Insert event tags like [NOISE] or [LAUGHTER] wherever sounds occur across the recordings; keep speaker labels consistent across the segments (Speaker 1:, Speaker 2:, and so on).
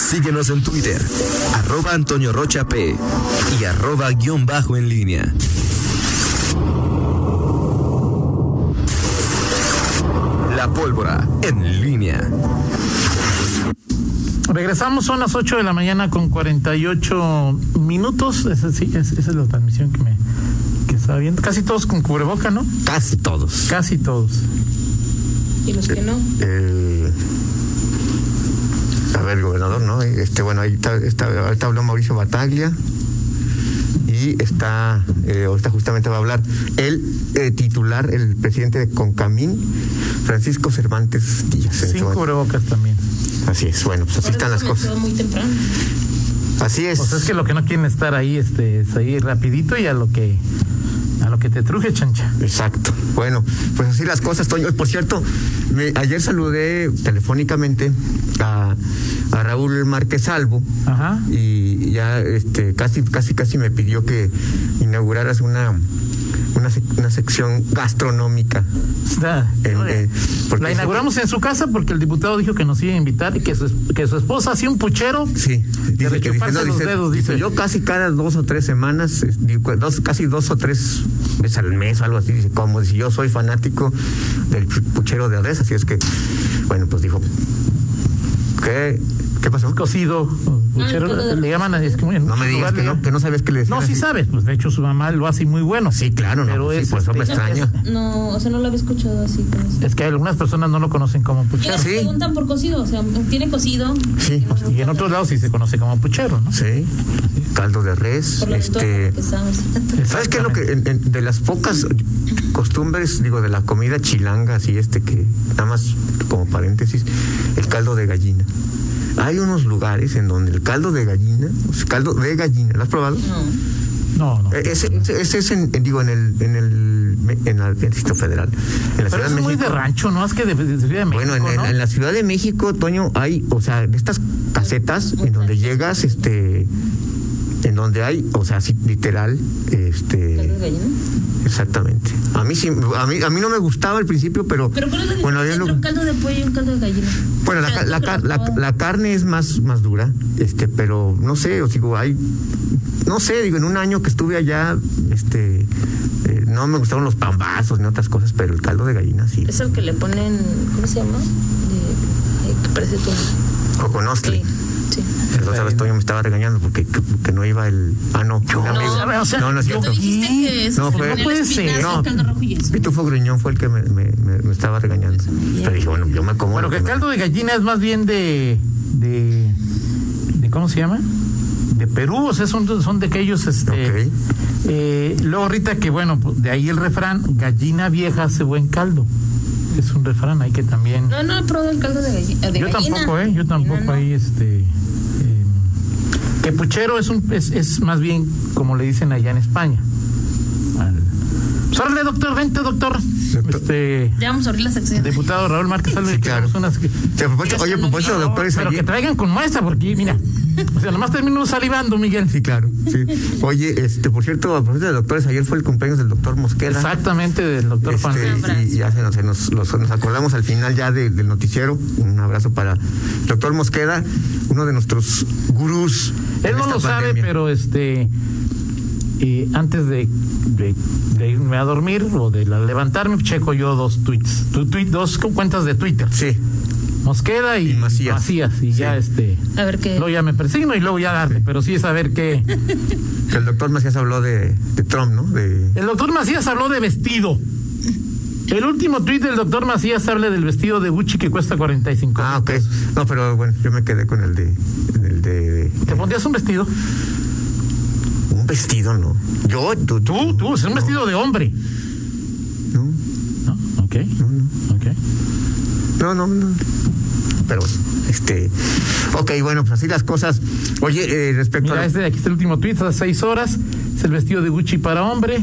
Speaker 1: Síguenos en Twitter, arroba Antonio Rocha P y arroba guión bajo en línea. La pólvora en línea.
Speaker 2: Regresamos, son las 8 de la mañana con 48 minutos. Esa, sí, es- esa es la transmisión que me que estaba viendo. Casi todos con cubreboca, ¿no?
Speaker 3: Casi todos.
Speaker 2: Casi todos.
Speaker 4: Y los que no.
Speaker 3: El, a ver, el gobernador, ¿no? Este, bueno, ahí está, está- ahorita habló Mauricio Bataglia. Y está, eh, ahorita justamente va a hablar el eh, titular, el presidente de Concamín, Francisco Cervantes Díaz. en este
Speaker 2: Sin
Speaker 3: momento.
Speaker 2: cubrebocas también.
Speaker 3: Así es, bueno, pues así están las
Speaker 4: Comenzó
Speaker 3: cosas.
Speaker 4: muy temprano.
Speaker 3: Así es.
Speaker 2: O sea, Pues es que lo que no quieren estar ahí, este, es ahí rapidito y a lo que a lo que te truje, chancha.
Speaker 3: Exacto. Bueno, pues así las cosas, Toño. Por cierto, me- ayer saludé telefónicamente a, a Raúl Márquez Salvo
Speaker 2: Ajá.
Speaker 3: y ya este, casi, casi, casi me pidió que inauguraras una, una, sec- una sección gastronómica.
Speaker 2: Está.
Speaker 3: En- eh, porque
Speaker 2: la
Speaker 3: eso-
Speaker 2: inauguramos en su casa porque el diputado dijo que nos iba a invitar y que su, es- que su esposa hacía un puchero.
Speaker 3: Sí, dice que
Speaker 2: rechuparse
Speaker 3: dice, no,
Speaker 2: los
Speaker 3: dice-
Speaker 2: dedos,
Speaker 3: dice,
Speaker 2: dice.
Speaker 3: yo casi cada dos o tres semanas, eh, digo, dos, casi dos o tres veces al mes, algo así, dice, como si yo soy fanático del pu- puchero de Odessa, así es que, bueno, pues dijo, ¿qué, qué pasó?
Speaker 2: Cocido. puchero,
Speaker 4: todo de-
Speaker 2: le llaman a es que en
Speaker 3: No
Speaker 2: su
Speaker 3: me digas
Speaker 2: lugar
Speaker 3: que
Speaker 2: le
Speaker 3: no,
Speaker 2: llaman-
Speaker 3: que no sabes que le decían
Speaker 2: No, sí
Speaker 3: así.
Speaker 2: sabes, pues de hecho su mamá lo hace muy bueno.
Speaker 3: Sí, claro, no,
Speaker 2: Pero
Speaker 3: pues
Speaker 2: [LAUGHS]
Speaker 3: sí,
Speaker 2: es,
Speaker 3: por eso me
Speaker 2: este,
Speaker 3: extraña.
Speaker 4: No, o sea, no lo había escuchado así. como así.
Speaker 2: Es que algunas personas no lo conocen como
Speaker 4: Y
Speaker 2: puchero.
Speaker 4: les
Speaker 3: Sí.
Speaker 4: preguntan por cocido, o sea, tiene cocido.
Speaker 3: Sí,
Speaker 2: Y en otros lados sí se conoce como puchero, ¿no?
Speaker 3: sí, caldo de res,
Speaker 4: Por lo
Speaker 3: este...
Speaker 4: este... que sabes.
Speaker 3: ¿Sabes qué es lo que en- en- de las pocas costumbres, digo, de la comida chilanga, así este que, nada más como paréntesis, el caldo de gallina? Hay unos lugares en donde el caldo de gallina, o sea, caldo de gallina, ¿lo has probado?
Speaker 4: [LAUGHS] No.
Speaker 2: No, no.
Speaker 3: Eh, Ese, ese- ese es en, en- digo, en el, en el, me- en el Distrito Federal. En
Speaker 2: Pero
Speaker 3: la Ciudad
Speaker 2: eso
Speaker 3: de
Speaker 2: es muy de
Speaker 3: México.
Speaker 2: rancho, ¿no? Es que de, de Ciudad de México,
Speaker 3: Bueno, en, en-
Speaker 2: ¿no?
Speaker 3: en la Ciudad de México, Toño, hay, o sea, de estas casetas en donde llegas, este, en donde hay, o sea, sí, literal, este.
Speaker 4: ¿Caldo de gallina?
Speaker 3: Exactamente. A mí sí, a mí, a mí no me gustaba al principio, pero,
Speaker 4: Pero ¿cuál es la diferencia
Speaker 3: bueno, había
Speaker 4: entre
Speaker 3: lo-
Speaker 4: un caldo de pollo y un caldo de gallina?
Speaker 3: bueno, la,
Speaker 4: O sea,
Speaker 3: ca- la,
Speaker 4: nunca
Speaker 3: ca-
Speaker 4: lo
Speaker 3: la,
Speaker 4: has probado.
Speaker 3: la carne es más, más dura, este, pero no sé, os digo, hay, no sé, digo, en un año que estuve allá, este, eh, no me gustaron los pambazos ni otras cosas, pero el caldo de gallina sí.
Speaker 4: [LAUGHS] Es el que le ponen, ¿cómo se llama? De, ay, que parece tú.
Speaker 3: Coconostle.
Speaker 4: Sí, sí.
Speaker 3: El otro vez Toño me estaba regañando porque, que- porque no iba el, ah no, un amigo.
Speaker 2: a ver, o sea,
Speaker 3: no, no es
Speaker 2: yo
Speaker 3: cierto.
Speaker 2: te dije-
Speaker 3: No, fue-
Speaker 4: ponía
Speaker 3: No
Speaker 2: puede
Speaker 4: espinazo,
Speaker 2: ser,
Speaker 3: no.
Speaker 4: caldo rojo y eso.
Speaker 3: Pitufo Gruñón fue el que me, me- me- me estaba regañando. Pero dije, bueno, yo me como.
Speaker 2: Bueno,
Speaker 3: lo
Speaker 2: que el
Speaker 3: me-
Speaker 2: caldo de gallina es más bien de. de, de ¿Cómo se llama? De Perú, o sea, son, son de aquellos. Este,
Speaker 3: Ok.
Speaker 2: eh, luego, Rita, que bueno, pues, de ahí el refrán: gallina vieja hace buen caldo. Es un refrán ahí que también.
Speaker 4: No, no he probado el caldo de, galli- de
Speaker 2: yo
Speaker 4: gallina.
Speaker 2: tampoco, ¿eh? Yo tampoco
Speaker 4: No, no.
Speaker 2: ahí, este. eh, que puchero es, un, es, es más bien como le dicen allá en España. Al- Pues, órale, doctor, vente, doctor.
Speaker 3: Doctor.
Speaker 2: Este.
Speaker 4: Ya vamos a abrir la sección.
Speaker 2: Diputado Raúl Márquez Alves,
Speaker 3: Sí, claro. Sí, a propósito- oye, a propósito de doctores
Speaker 2: Pero
Speaker 3: ayer-
Speaker 2: que traigan con muestra, porque mira, o sea, nomás termino salivando, Miguel.
Speaker 3: Sí, claro. sí. Oye, este, por cierto, a propósito de doctores, ayer fue el cumpleaños del doctor Mosquera.
Speaker 2: Exactamente, del doctor
Speaker 3: Este,
Speaker 2: Juan. Luis.
Speaker 3: y ya se nos, se nos- los- nos acordamos al final ya de- del noticiero. Un abrazo para el doctor Mosqueda, uno de nuestros gurús.
Speaker 2: Él
Speaker 3: en
Speaker 2: no
Speaker 3: esta
Speaker 2: lo sabe,
Speaker 3: pandemia.
Speaker 2: pero este. eh, antes de, de- de irme a dormir o de la- levantarme, checo yo dos tweets, tu- tweet- dos cu- cuentas de Twitter,
Speaker 3: Sí,
Speaker 2: Mosqueda y,
Speaker 3: Y Macías.
Speaker 2: y
Speaker 3: Sí.
Speaker 2: ya este,
Speaker 4: A ver qué.
Speaker 2: luego ya me persigno y luego ya darle, pero sí saber que
Speaker 3: que el doctor Macías habló de, de Trump, ¿no? De,
Speaker 2: El doctor Macías habló de vestido. El último tuit del doctor Macías habla del vestido de Gucci que cuesta 45.
Speaker 3: ah, ok. No, pero bueno, yo me quedé con el de. El de, de-
Speaker 2: ¿Te pondrías un vestido?
Speaker 3: un vestido, ¿no? Yo, tú,
Speaker 2: Tú, tú, es un vestido de hombre.
Speaker 3: No,
Speaker 2: ¿No? Ok.
Speaker 3: Mm.
Speaker 2: Ok.
Speaker 3: No, no, no. Pero, este. Ok, bueno, pues así las cosas. Oye, eh, respecto
Speaker 2: Mira,
Speaker 3: a.
Speaker 2: este de aquí es el último tuit, hace seis horas. Es el vestido de Gucci para hombre.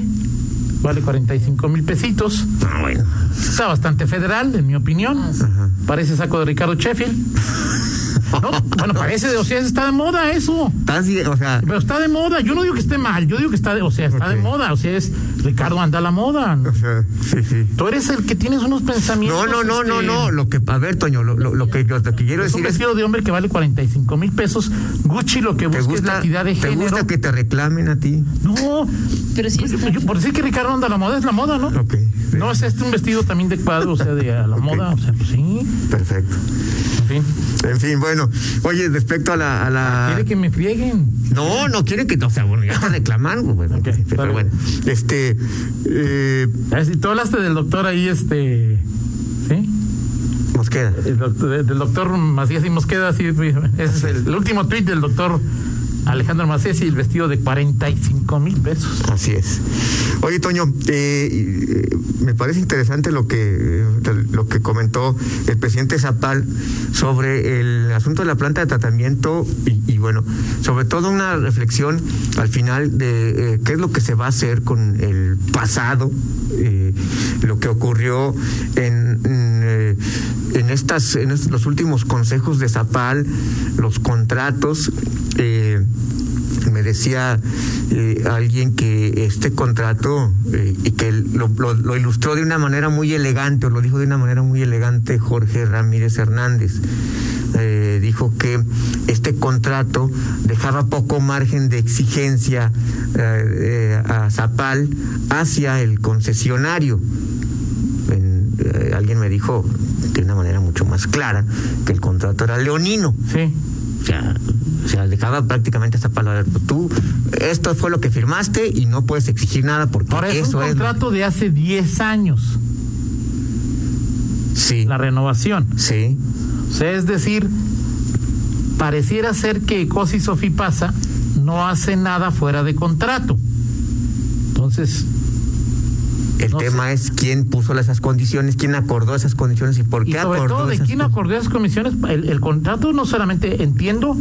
Speaker 2: Vale 45 mil pesitos.
Speaker 3: Ah, bueno.
Speaker 2: Está bastante federal, en mi opinión.
Speaker 4: Ah, sí.
Speaker 3: Ajá.
Speaker 2: Parece saco de Ricardo
Speaker 3: [LAUGHS]
Speaker 2: Sheffield. ¿No? Bueno, parece, o sea, está de moda eso.
Speaker 3: Estás bien, o sea.
Speaker 2: Pero está de moda, yo no digo que esté mal, yo digo que está de, o sea, está
Speaker 3: Ok.
Speaker 2: de moda, o sea, es Ricardo, anda a la moda.
Speaker 3: O sea, sí, sí.
Speaker 2: Tú eres el que tienes unos pensamientos.
Speaker 3: No, no, no, no,
Speaker 2: este,
Speaker 3: no. Lo que, a ver, Toño, lo, lo- lo que, lo que quiero
Speaker 2: Es un
Speaker 3: decir es
Speaker 2: vestido de hombre que vale 45 mil pesos. Gucci lo que
Speaker 3: te
Speaker 2: busca es la
Speaker 3: gusta,
Speaker 2: equidad de
Speaker 3: te
Speaker 2: género.
Speaker 3: gusta que te reclamen a ti.
Speaker 2: No,
Speaker 4: Pero sí
Speaker 2: Pues, yo-
Speaker 4: está.
Speaker 2: yo- por decir que Ricardo anda a la moda, es la moda, ¿no?
Speaker 3: Ok.
Speaker 2: No, es este un vestido también de cuadro, o sea, de a la moda, o sea, pues sí,
Speaker 3: Perfecto.
Speaker 2: en fin.
Speaker 3: En fin, bueno. Oye, respecto a la. A la...
Speaker 2: Ah, Quiere que me frieguen.
Speaker 3: No, no quieren que. O sea,
Speaker 2: [LAUGHS]
Speaker 3: bueno, ya te reclaman. Bueno,
Speaker 2: Ok,
Speaker 3: pero
Speaker 2: está bien.
Speaker 3: bueno. Este. Eh,
Speaker 2: A ver, si tú hablaste del doctor ahí, este, ¿sí?
Speaker 3: Mosqueda.
Speaker 2: El doctor, de- del doctor Macías y Mosqueda, sí, pues, ese es el, el último tuit del doctor Alejandro Macías y el vestido de 45 mil pesos.
Speaker 3: Así es. Oye, Toño, eh, y, eh, me parece interesante lo que, eh, lo que comentó el presidente Zapal sobre el asunto de la planta de tratamiento y, y, bueno, sobre todo una reflexión al final de eh, qué es lo que se va a hacer con el pasado, eh, lo que ocurrió en, en, eh, en estas, en estos- los últimos consejos de Zapal, los contratos. eh, me decía eh, alguien que este contrato eh, y que lo, lo- lo ilustró de una manera muy elegante, o lo dijo de una manera muy elegante Jorge Ramírez Hernández. Eh, dijo que este contrato dejaba poco margen de exigencia eh, eh, a Zapal hacia el concesionario en- eh, alguien me dijo de una manera mucho más clara que el contrato era leonino.
Speaker 2: Sí.
Speaker 3: O sea, o sea, dejaba prácticamente esa palabra. Tú, esto fue lo que firmaste y no puedes exigir nada porque
Speaker 2: Ahora es
Speaker 3: eso
Speaker 2: un
Speaker 3: es. lo-
Speaker 2: contrato de hace 10 años,
Speaker 3: Sí,
Speaker 2: la renovación.
Speaker 3: sí,
Speaker 2: O sea, es decir, pareciera ser que Ecosi Sofipasa no hace nada fuera de contrato. Entonces,
Speaker 3: El
Speaker 2: No
Speaker 3: tema es quién puso esas condiciones, quién acordó esas condiciones y por
Speaker 2: y
Speaker 3: qué
Speaker 2: sobre
Speaker 3: acordó.
Speaker 2: todo, ¿de
Speaker 3: esas
Speaker 2: quién
Speaker 3: cosas.
Speaker 2: acordó esas comisiones? El, el contrato no solamente, entiendo,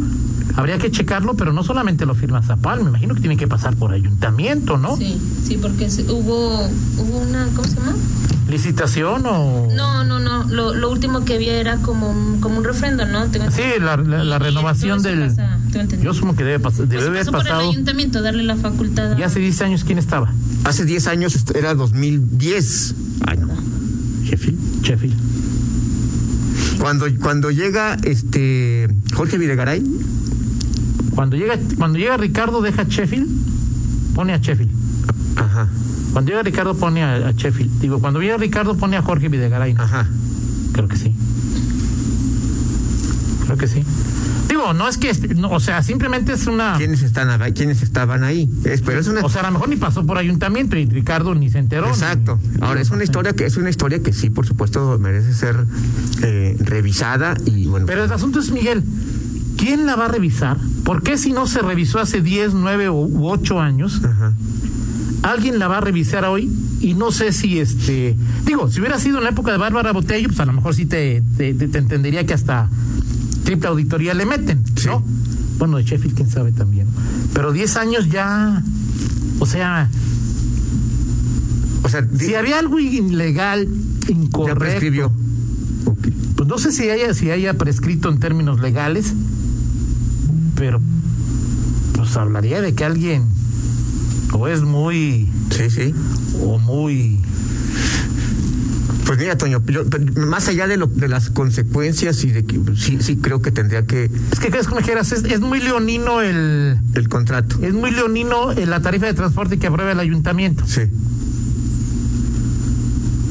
Speaker 2: habría que checarlo, pero no solamente lo firma Zapal, me imagino que tiene que pasar por ayuntamiento, ¿no?
Speaker 4: Sí, sí, porque se- hubo, hubo una, ¿cómo se llama?
Speaker 2: ¿Licitación o...?
Speaker 4: No, no, no. Lo, lo último que había era como, un- como un refrendo, ¿no? Tengo
Speaker 2: Sí, la, la- la
Speaker 4: Y
Speaker 2: renovación
Speaker 4: todo eso
Speaker 2: del...
Speaker 4: pasa, tengo entendido.
Speaker 2: Yo supongo que debe, pas- debe
Speaker 4: Pues
Speaker 2: haber
Speaker 4: pasó por el
Speaker 2: pasado...
Speaker 4: ayuntamiento darle la facultad. a-
Speaker 2: Y hace 10 años, ¿quién estaba?
Speaker 3: Hace 10 años est- era 2010. Ay, no. Jefe.
Speaker 2: Sheffield.
Speaker 3: Cuando, cuando llega este Jorge Videgaray,
Speaker 2: Cuando llega, cuando llega Ricardo, deja Sheffield, pone a Sheffield.
Speaker 3: ajá,
Speaker 2: Cuando llega Ricardo pone a, a Sheffield. Digo, cuando llega Ricardo pone a Jorge Videgaray. ¿no?
Speaker 3: ajá.
Speaker 2: Creo que sí. Creo que sí. Digo, no es que, este- no, o sea, simplemente es una...
Speaker 3: ¿Quiénes, están, ahí? ¿Quiénes estaban ahí? Es- pero es una
Speaker 2: O sea, a lo mejor ni pasó por ayuntamiento y Ricardo ni se enteró. ni-
Speaker 3: Exacto. Ahora es una historia que es una historia que sí, por supuesto, merece ser eh, revisada y bueno.
Speaker 2: Pero el asunto es, Miguel, ¿quién la va a revisar? ¿Por qué si no se revisó hace 10, 9 u- u 8 años?
Speaker 3: Ajá.
Speaker 2: alguien la va a revisar hoy y no sé si este digo si hubiera sido en la época de Bárbara Botello pues a lo mejor sí te, te, te- te entendería que hasta triple auditoría le meten no
Speaker 3: Sí.
Speaker 2: bueno de Sheffield quién sabe también pero 10 años ya o sea
Speaker 3: o sea, di-
Speaker 2: si había algo ilegal
Speaker 3: ya
Speaker 2: incorrecto
Speaker 3: prescribió. Ok.
Speaker 2: pues no sé si haya si haya prescrito en términos legales pero pues hablaría de que alguien o es muy
Speaker 3: Sí, sí.
Speaker 2: o muy
Speaker 3: Pues mira, Toño, yo- pero más allá de, lo- de las consecuencias y de que pues, sí, sí creo que tendría que
Speaker 2: Es que crees que me dijeras, es, es muy leonino el.
Speaker 3: el contrato.
Speaker 2: Es muy leonino eh, la tarifa de transporte que aprueba el ayuntamiento.
Speaker 3: Sí.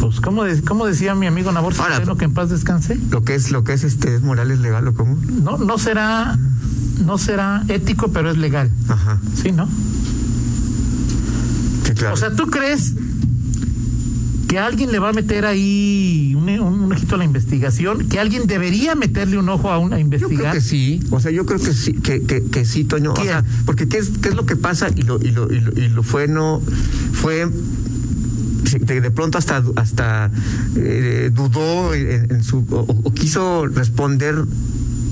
Speaker 2: Pues, ¿cómo, de- cómo decía mi amigo Nabor
Speaker 3: Ahora-
Speaker 2: Centeno que en paz descanse?
Speaker 3: Lo que es lo que es este es Morales legal o cómo?
Speaker 2: No, no será, no será ético, pero es legal.
Speaker 3: Ajá.
Speaker 2: Sí, ¿no?
Speaker 3: Sí, claro.
Speaker 2: O sea, ¿tú crees que alguien le va a meter ahí un, un- un ojito a la investigación? ¿Que alguien debería meterle un ojo a una
Speaker 3: Yo creo
Speaker 2: investigar?
Speaker 3: que sí, o sea, yo creo que sí, que, que, que sí, Toño. O
Speaker 2: ¿Quién?
Speaker 3: sea, porque ¿qué es, qué es lo que pasa? Y lo, y lo, y lo, y lo fue, no, fue, sí, de, de pronto hasta, hasta eh, dudó en, en su, o, o- o quiso responder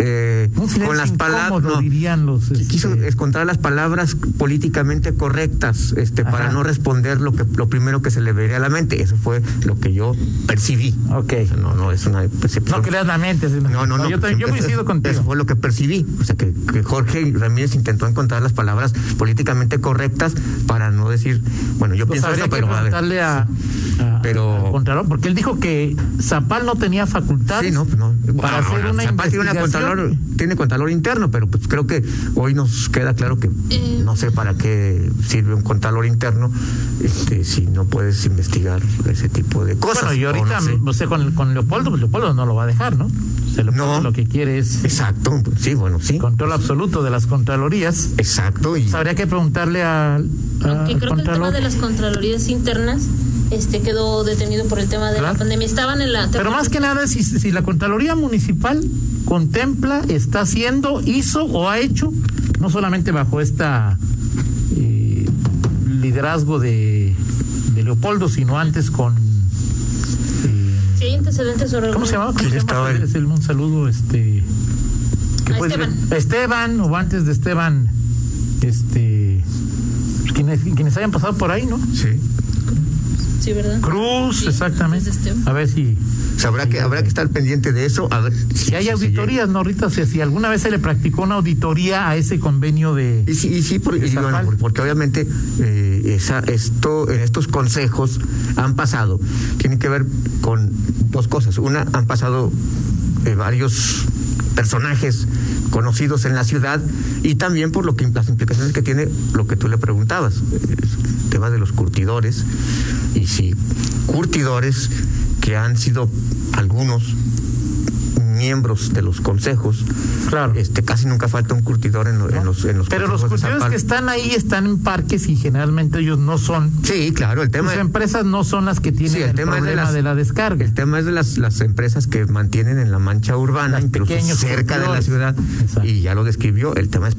Speaker 3: eh,
Speaker 2: Un silencio
Speaker 3: con las palabras
Speaker 2: incómodo, dirían los, este-
Speaker 3: quiso encontrar las palabras políticamente correctas este
Speaker 2: Ajá.
Speaker 3: para no responder lo que lo primero que se le vería a la mente eso fue lo que yo percibí
Speaker 2: Ok.
Speaker 3: O sea, no no es una percepción
Speaker 2: No creas la mente. sino-
Speaker 3: no, pues, no, no.
Speaker 2: Yo, también, yo
Speaker 3: Eso-
Speaker 2: coincido
Speaker 3: Eso
Speaker 2: contigo.
Speaker 3: fue lo que percibí. O sea, que, que Jorge Ramírez intentó encontrar las palabras políticamente correctas para no decir, bueno, yo
Speaker 2: Pues
Speaker 3: pienso
Speaker 2: habría
Speaker 3: esto,
Speaker 2: que
Speaker 3: pero a ver.
Speaker 2: preguntarle a, a-
Speaker 3: Pero-
Speaker 2: al Contralor, porque él dijo que Zapal no tenía facultades
Speaker 3: Sí, no, pues no.
Speaker 2: para
Speaker 3: Bueno,
Speaker 2: hacer
Speaker 3: ahora,
Speaker 2: una
Speaker 3: Zapata tiene, una
Speaker 2: investigación.
Speaker 3: contralor, tiene contralor interno, pero pues creo que hoy nos queda claro que
Speaker 4: Eh.
Speaker 3: no sé para qué sirve un contralor interno este, si no puedes investigar ese tipo de cosas.
Speaker 2: Bueno, y
Speaker 3: o
Speaker 2: ahorita,
Speaker 3: no sé.
Speaker 2: o sea, con, con Leopoldo, pues Leopoldo no lo va a dejar, ¿no? O sea, Leopoldo
Speaker 3: No.
Speaker 2: lo que quiere es
Speaker 3: Exacto, sí, bueno, sí.
Speaker 2: control absoluto de las Contralorías.
Speaker 3: Exacto, y
Speaker 2: Pues habría que preguntarle al al
Speaker 4: Aunque creo que el tema
Speaker 2: Contralor.
Speaker 4: de las Contralorías internas este quedó detenido por el tema de
Speaker 2: Claro.
Speaker 4: la pandemia. Estaban en la.
Speaker 2: Pero más que nada, si, si la Contraloría Municipal contempla, está haciendo, hizo o ha hecho, no solamente bajo esta eh, liderazgo de, de Leopoldo, sino antes con... eh,
Speaker 4: Sí, hay antecedentes sobre.
Speaker 2: ¿Cómo se llamaba? ¿Cómo
Speaker 3: Sí,
Speaker 2: se llama?
Speaker 3: estaba el-
Speaker 2: Es el- un saludo, este... que
Speaker 4: A
Speaker 2: puede ser-
Speaker 4: Esteban.
Speaker 2: Esteban, o antes de Esteban, este... Quienes, quienes hayan pasado por ahí, ¿no?
Speaker 3: sí.
Speaker 4: Sí, ¿verdad?
Speaker 2: Cruz,
Speaker 4: Sí,
Speaker 2: exactamente.
Speaker 4: antes de Esteban.
Speaker 2: A ver si...
Speaker 3: O sea, habrá que, habrá que estar pendiente de eso. A ver
Speaker 2: Si hay
Speaker 3: se llega.
Speaker 2: auditorías, ¿no, Rita? O sea, si alguna vez se le practicó una auditoría a ese convenio
Speaker 3: Y
Speaker 2: de...
Speaker 3: sí, y sí por- y
Speaker 2: Esa
Speaker 3: bueno,
Speaker 2: fal-
Speaker 3: por- porque obviamente eh, esa, esto, en estos consejos han pasado, tienen que ver con dos cosas. Una, han pasado eh, varios personajes conocidos en la ciudad y también por lo que las implicaciones que tiene lo que tú le preguntabas, eh, el tema de los curtidores y si curtidores que han sido algunos miembros de los consejos
Speaker 2: Claro.
Speaker 3: este, casi nunca falta un curtidor en, lo- en los en los
Speaker 2: Pero los
Speaker 3: consejos de
Speaker 2: curtidores
Speaker 3: Zapal.
Speaker 2: que están ahí están en parques y generalmente ellos no son...
Speaker 3: sí claro el tema
Speaker 2: Sus empresas no son las que tienen
Speaker 3: Sí,
Speaker 2: el,
Speaker 3: el tema es de
Speaker 2: problema de,
Speaker 3: las-
Speaker 2: la descarga.
Speaker 3: el tema es de las, las empresas que mantienen en la mancha urbana
Speaker 2: Las
Speaker 3: incluso
Speaker 2: pequeños
Speaker 3: cerca de la
Speaker 2: curtidores.
Speaker 3: ciudad
Speaker 2: Exacto.
Speaker 3: y ya lo describió el tema es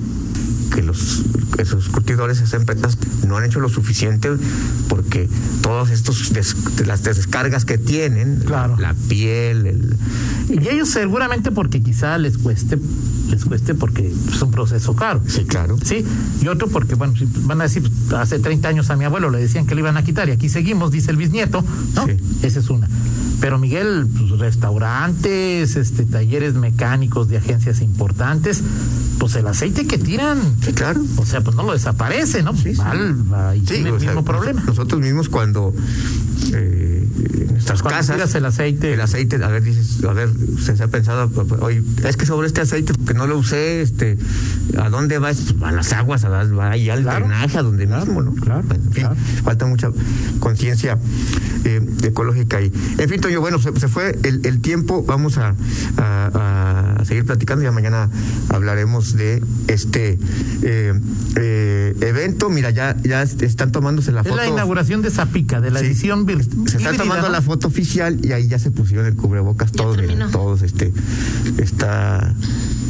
Speaker 3: que los esos curtidores esas empresas no han hecho lo suficiente porque todos estos des- las descargas que tienen
Speaker 2: Claro.
Speaker 3: la, piel el,
Speaker 2: Y ellos seguramente porque quizá les cueste, les cueste porque es un proceso caro.
Speaker 3: sí claro
Speaker 2: Sí, y otro porque, bueno, si van a decir, pues, hace 30 años a mi abuelo le decían que le iban a quitar y aquí seguimos, dice el bisnieto, ¿no?
Speaker 3: Sí.
Speaker 2: Esa es una. Pero Miguel, pues, restaurantes, este, talleres mecánicos de agencias importantes, pues el aceite que tiran,
Speaker 3: sí claro
Speaker 2: o sea, pues no lo desaparece, ¿no?
Speaker 3: Sí, sí.
Speaker 2: Mal, va, y
Speaker 3: Sí,
Speaker 2: tiene el
Speaker 3: o sea,
Speaker 2: mismo problema.
Speaker 3: Nosotros mismos cuando eh, en nuestras
Speaker 2: Cuando
Speaker 3: casas
Speaker 2: tiras el aceite.
Speaker 3: el aceite, a ver, dices, a ver, se, se ha pensado, hoy, es que sobre este aceite que no lo usé, este, ¿a dónde va? Pues, A las aguas, a las- va ahí al
Speaker 2: Claro.
Speaker 3: drenaje, a donde
Speaker 2: Claro,
Speaker 3: mismo, ¿no?
Speaker 2: claro,
Speaker 3: Bueno, en fin,
Speaker 2: claro.
Speaker 3: falta mucha conciencia eh, ecológica ahí. En fin, Toño, bueno, se, se fue el, el tiempo, vamos a, a- a seguir platicando, ya mañana hablaremos de este eh, eh, evento. Mira, ya, ya están tomándose la
Speaker 2: Es
Speaker 3: foto.
Speaker 2: la inauguración de Zapica, de la
Speaker 3: Sí.
Speaker 2: edición virtual.
Speaker 3: Se está tomando la foto oficial y ahí ya se pusieron el cubrebocas
Speaker 4: Ya
Speaker 3: todos, miren,
Speaker 4: terminó.
Speaker 3: todos este está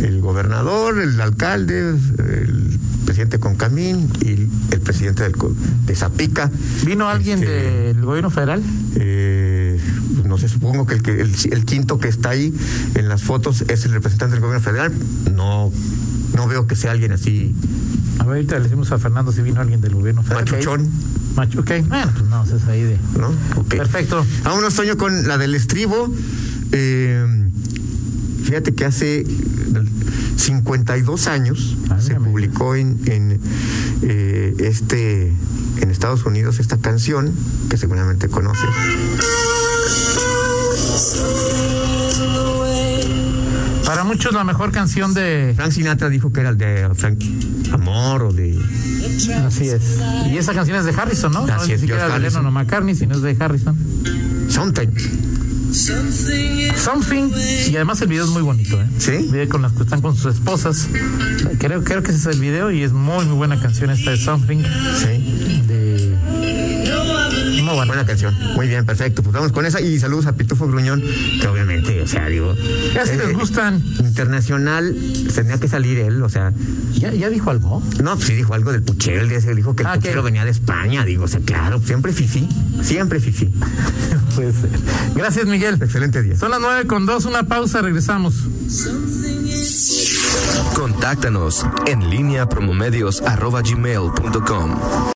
Speaker 3: el gobernador, el alcalde, el presidente Concamín y el presidente del, co- de Zapica.
Speaker 2: ¿Vino alguien
Speaker 3: Este,
Speaker 2: del gobierno federal?
Speaker 3: eh, no sé, supongo que, el, que el, el quinto que está ahí en las fotos es el representante del gobierno federal. No, no veo que sea alguien así
Speaker 2: A ver, ahorita le decimos a Fernando si vino alguien del gobierno federal.
Speaker 3: machuchón,
Speaker 2: Macho, ok, bueno, pues no, es ahí de.
Speaker 3: ¿no? Ok.
Speaker 2: Perfecto.
Speaker 3: Vámonos, Toño, con la del estribo. Eh, fíjate que hace 52 años
Speaker 2: Ah,
Speaker 3: se
Speaker 2: mira.
Speaker 3: publicó en, en, eh, este en Estados Unidos esta canción que seguramente conoces.
Speaker 2: Para muchos la mejor canción de.
Speaker 3: Frank Sinatra dijo que era de Frank Amor o de
Speaker 2: Así es. Y esa canción es de Harrison, ¿no?
Speaker 3: Así
Speaker 2: no
Speaker 3: es,
Speaker 2: ni siquiera
Speaker 3: George
Speaker 2: de
Speaker 3: Harrison.
Speaker 2: Lennon o McCartney, sino es de Harrison.
Speaker 3: Something.
Speaker 2: Something. Y además el video es muy bonito, ¿eh?
Speaker 3: Sí.
Speaker 2: El video con las que están con sus esposas. Creo, creo que ese es el video y es muy, muy buena canción esta de Something.
Speaker 3: Sí.
Speaker 2: De. ¿Cómo van?
Speaker 3: Buena canción. Muy bien, perfecto. Pues vamos con esa. Y saludos a Pitufo Gruñón, que obviamente, o sea, digo.
Speaker 2: Ya si
Speaker 3: eh,
Speaker 2: les gustan.
Speaker 3: Internacional, tenía que salir él, o sea.
Speaker 2: ¿Ya, ya dijo algo? [LAUGHS]
Speaker 3: No, pues sí dijo algo del puchero, el día ese dijo que el
Speaker 2: Ah,
Speaker 3: puchero
Speaker 2: ¿qué?
Speaker 3: venía de España, digo, o sea, claro, siempre fifi, siempre fifi.
Speaker 2: Puede ser. Gracias, Miguel.
Speaker 3: Excelente día.
Speaker 2: Son las nueve con dos, una pausa, regresamos.
Speaker 1: Contáctanos en línea promomedios arroba gmail punto com.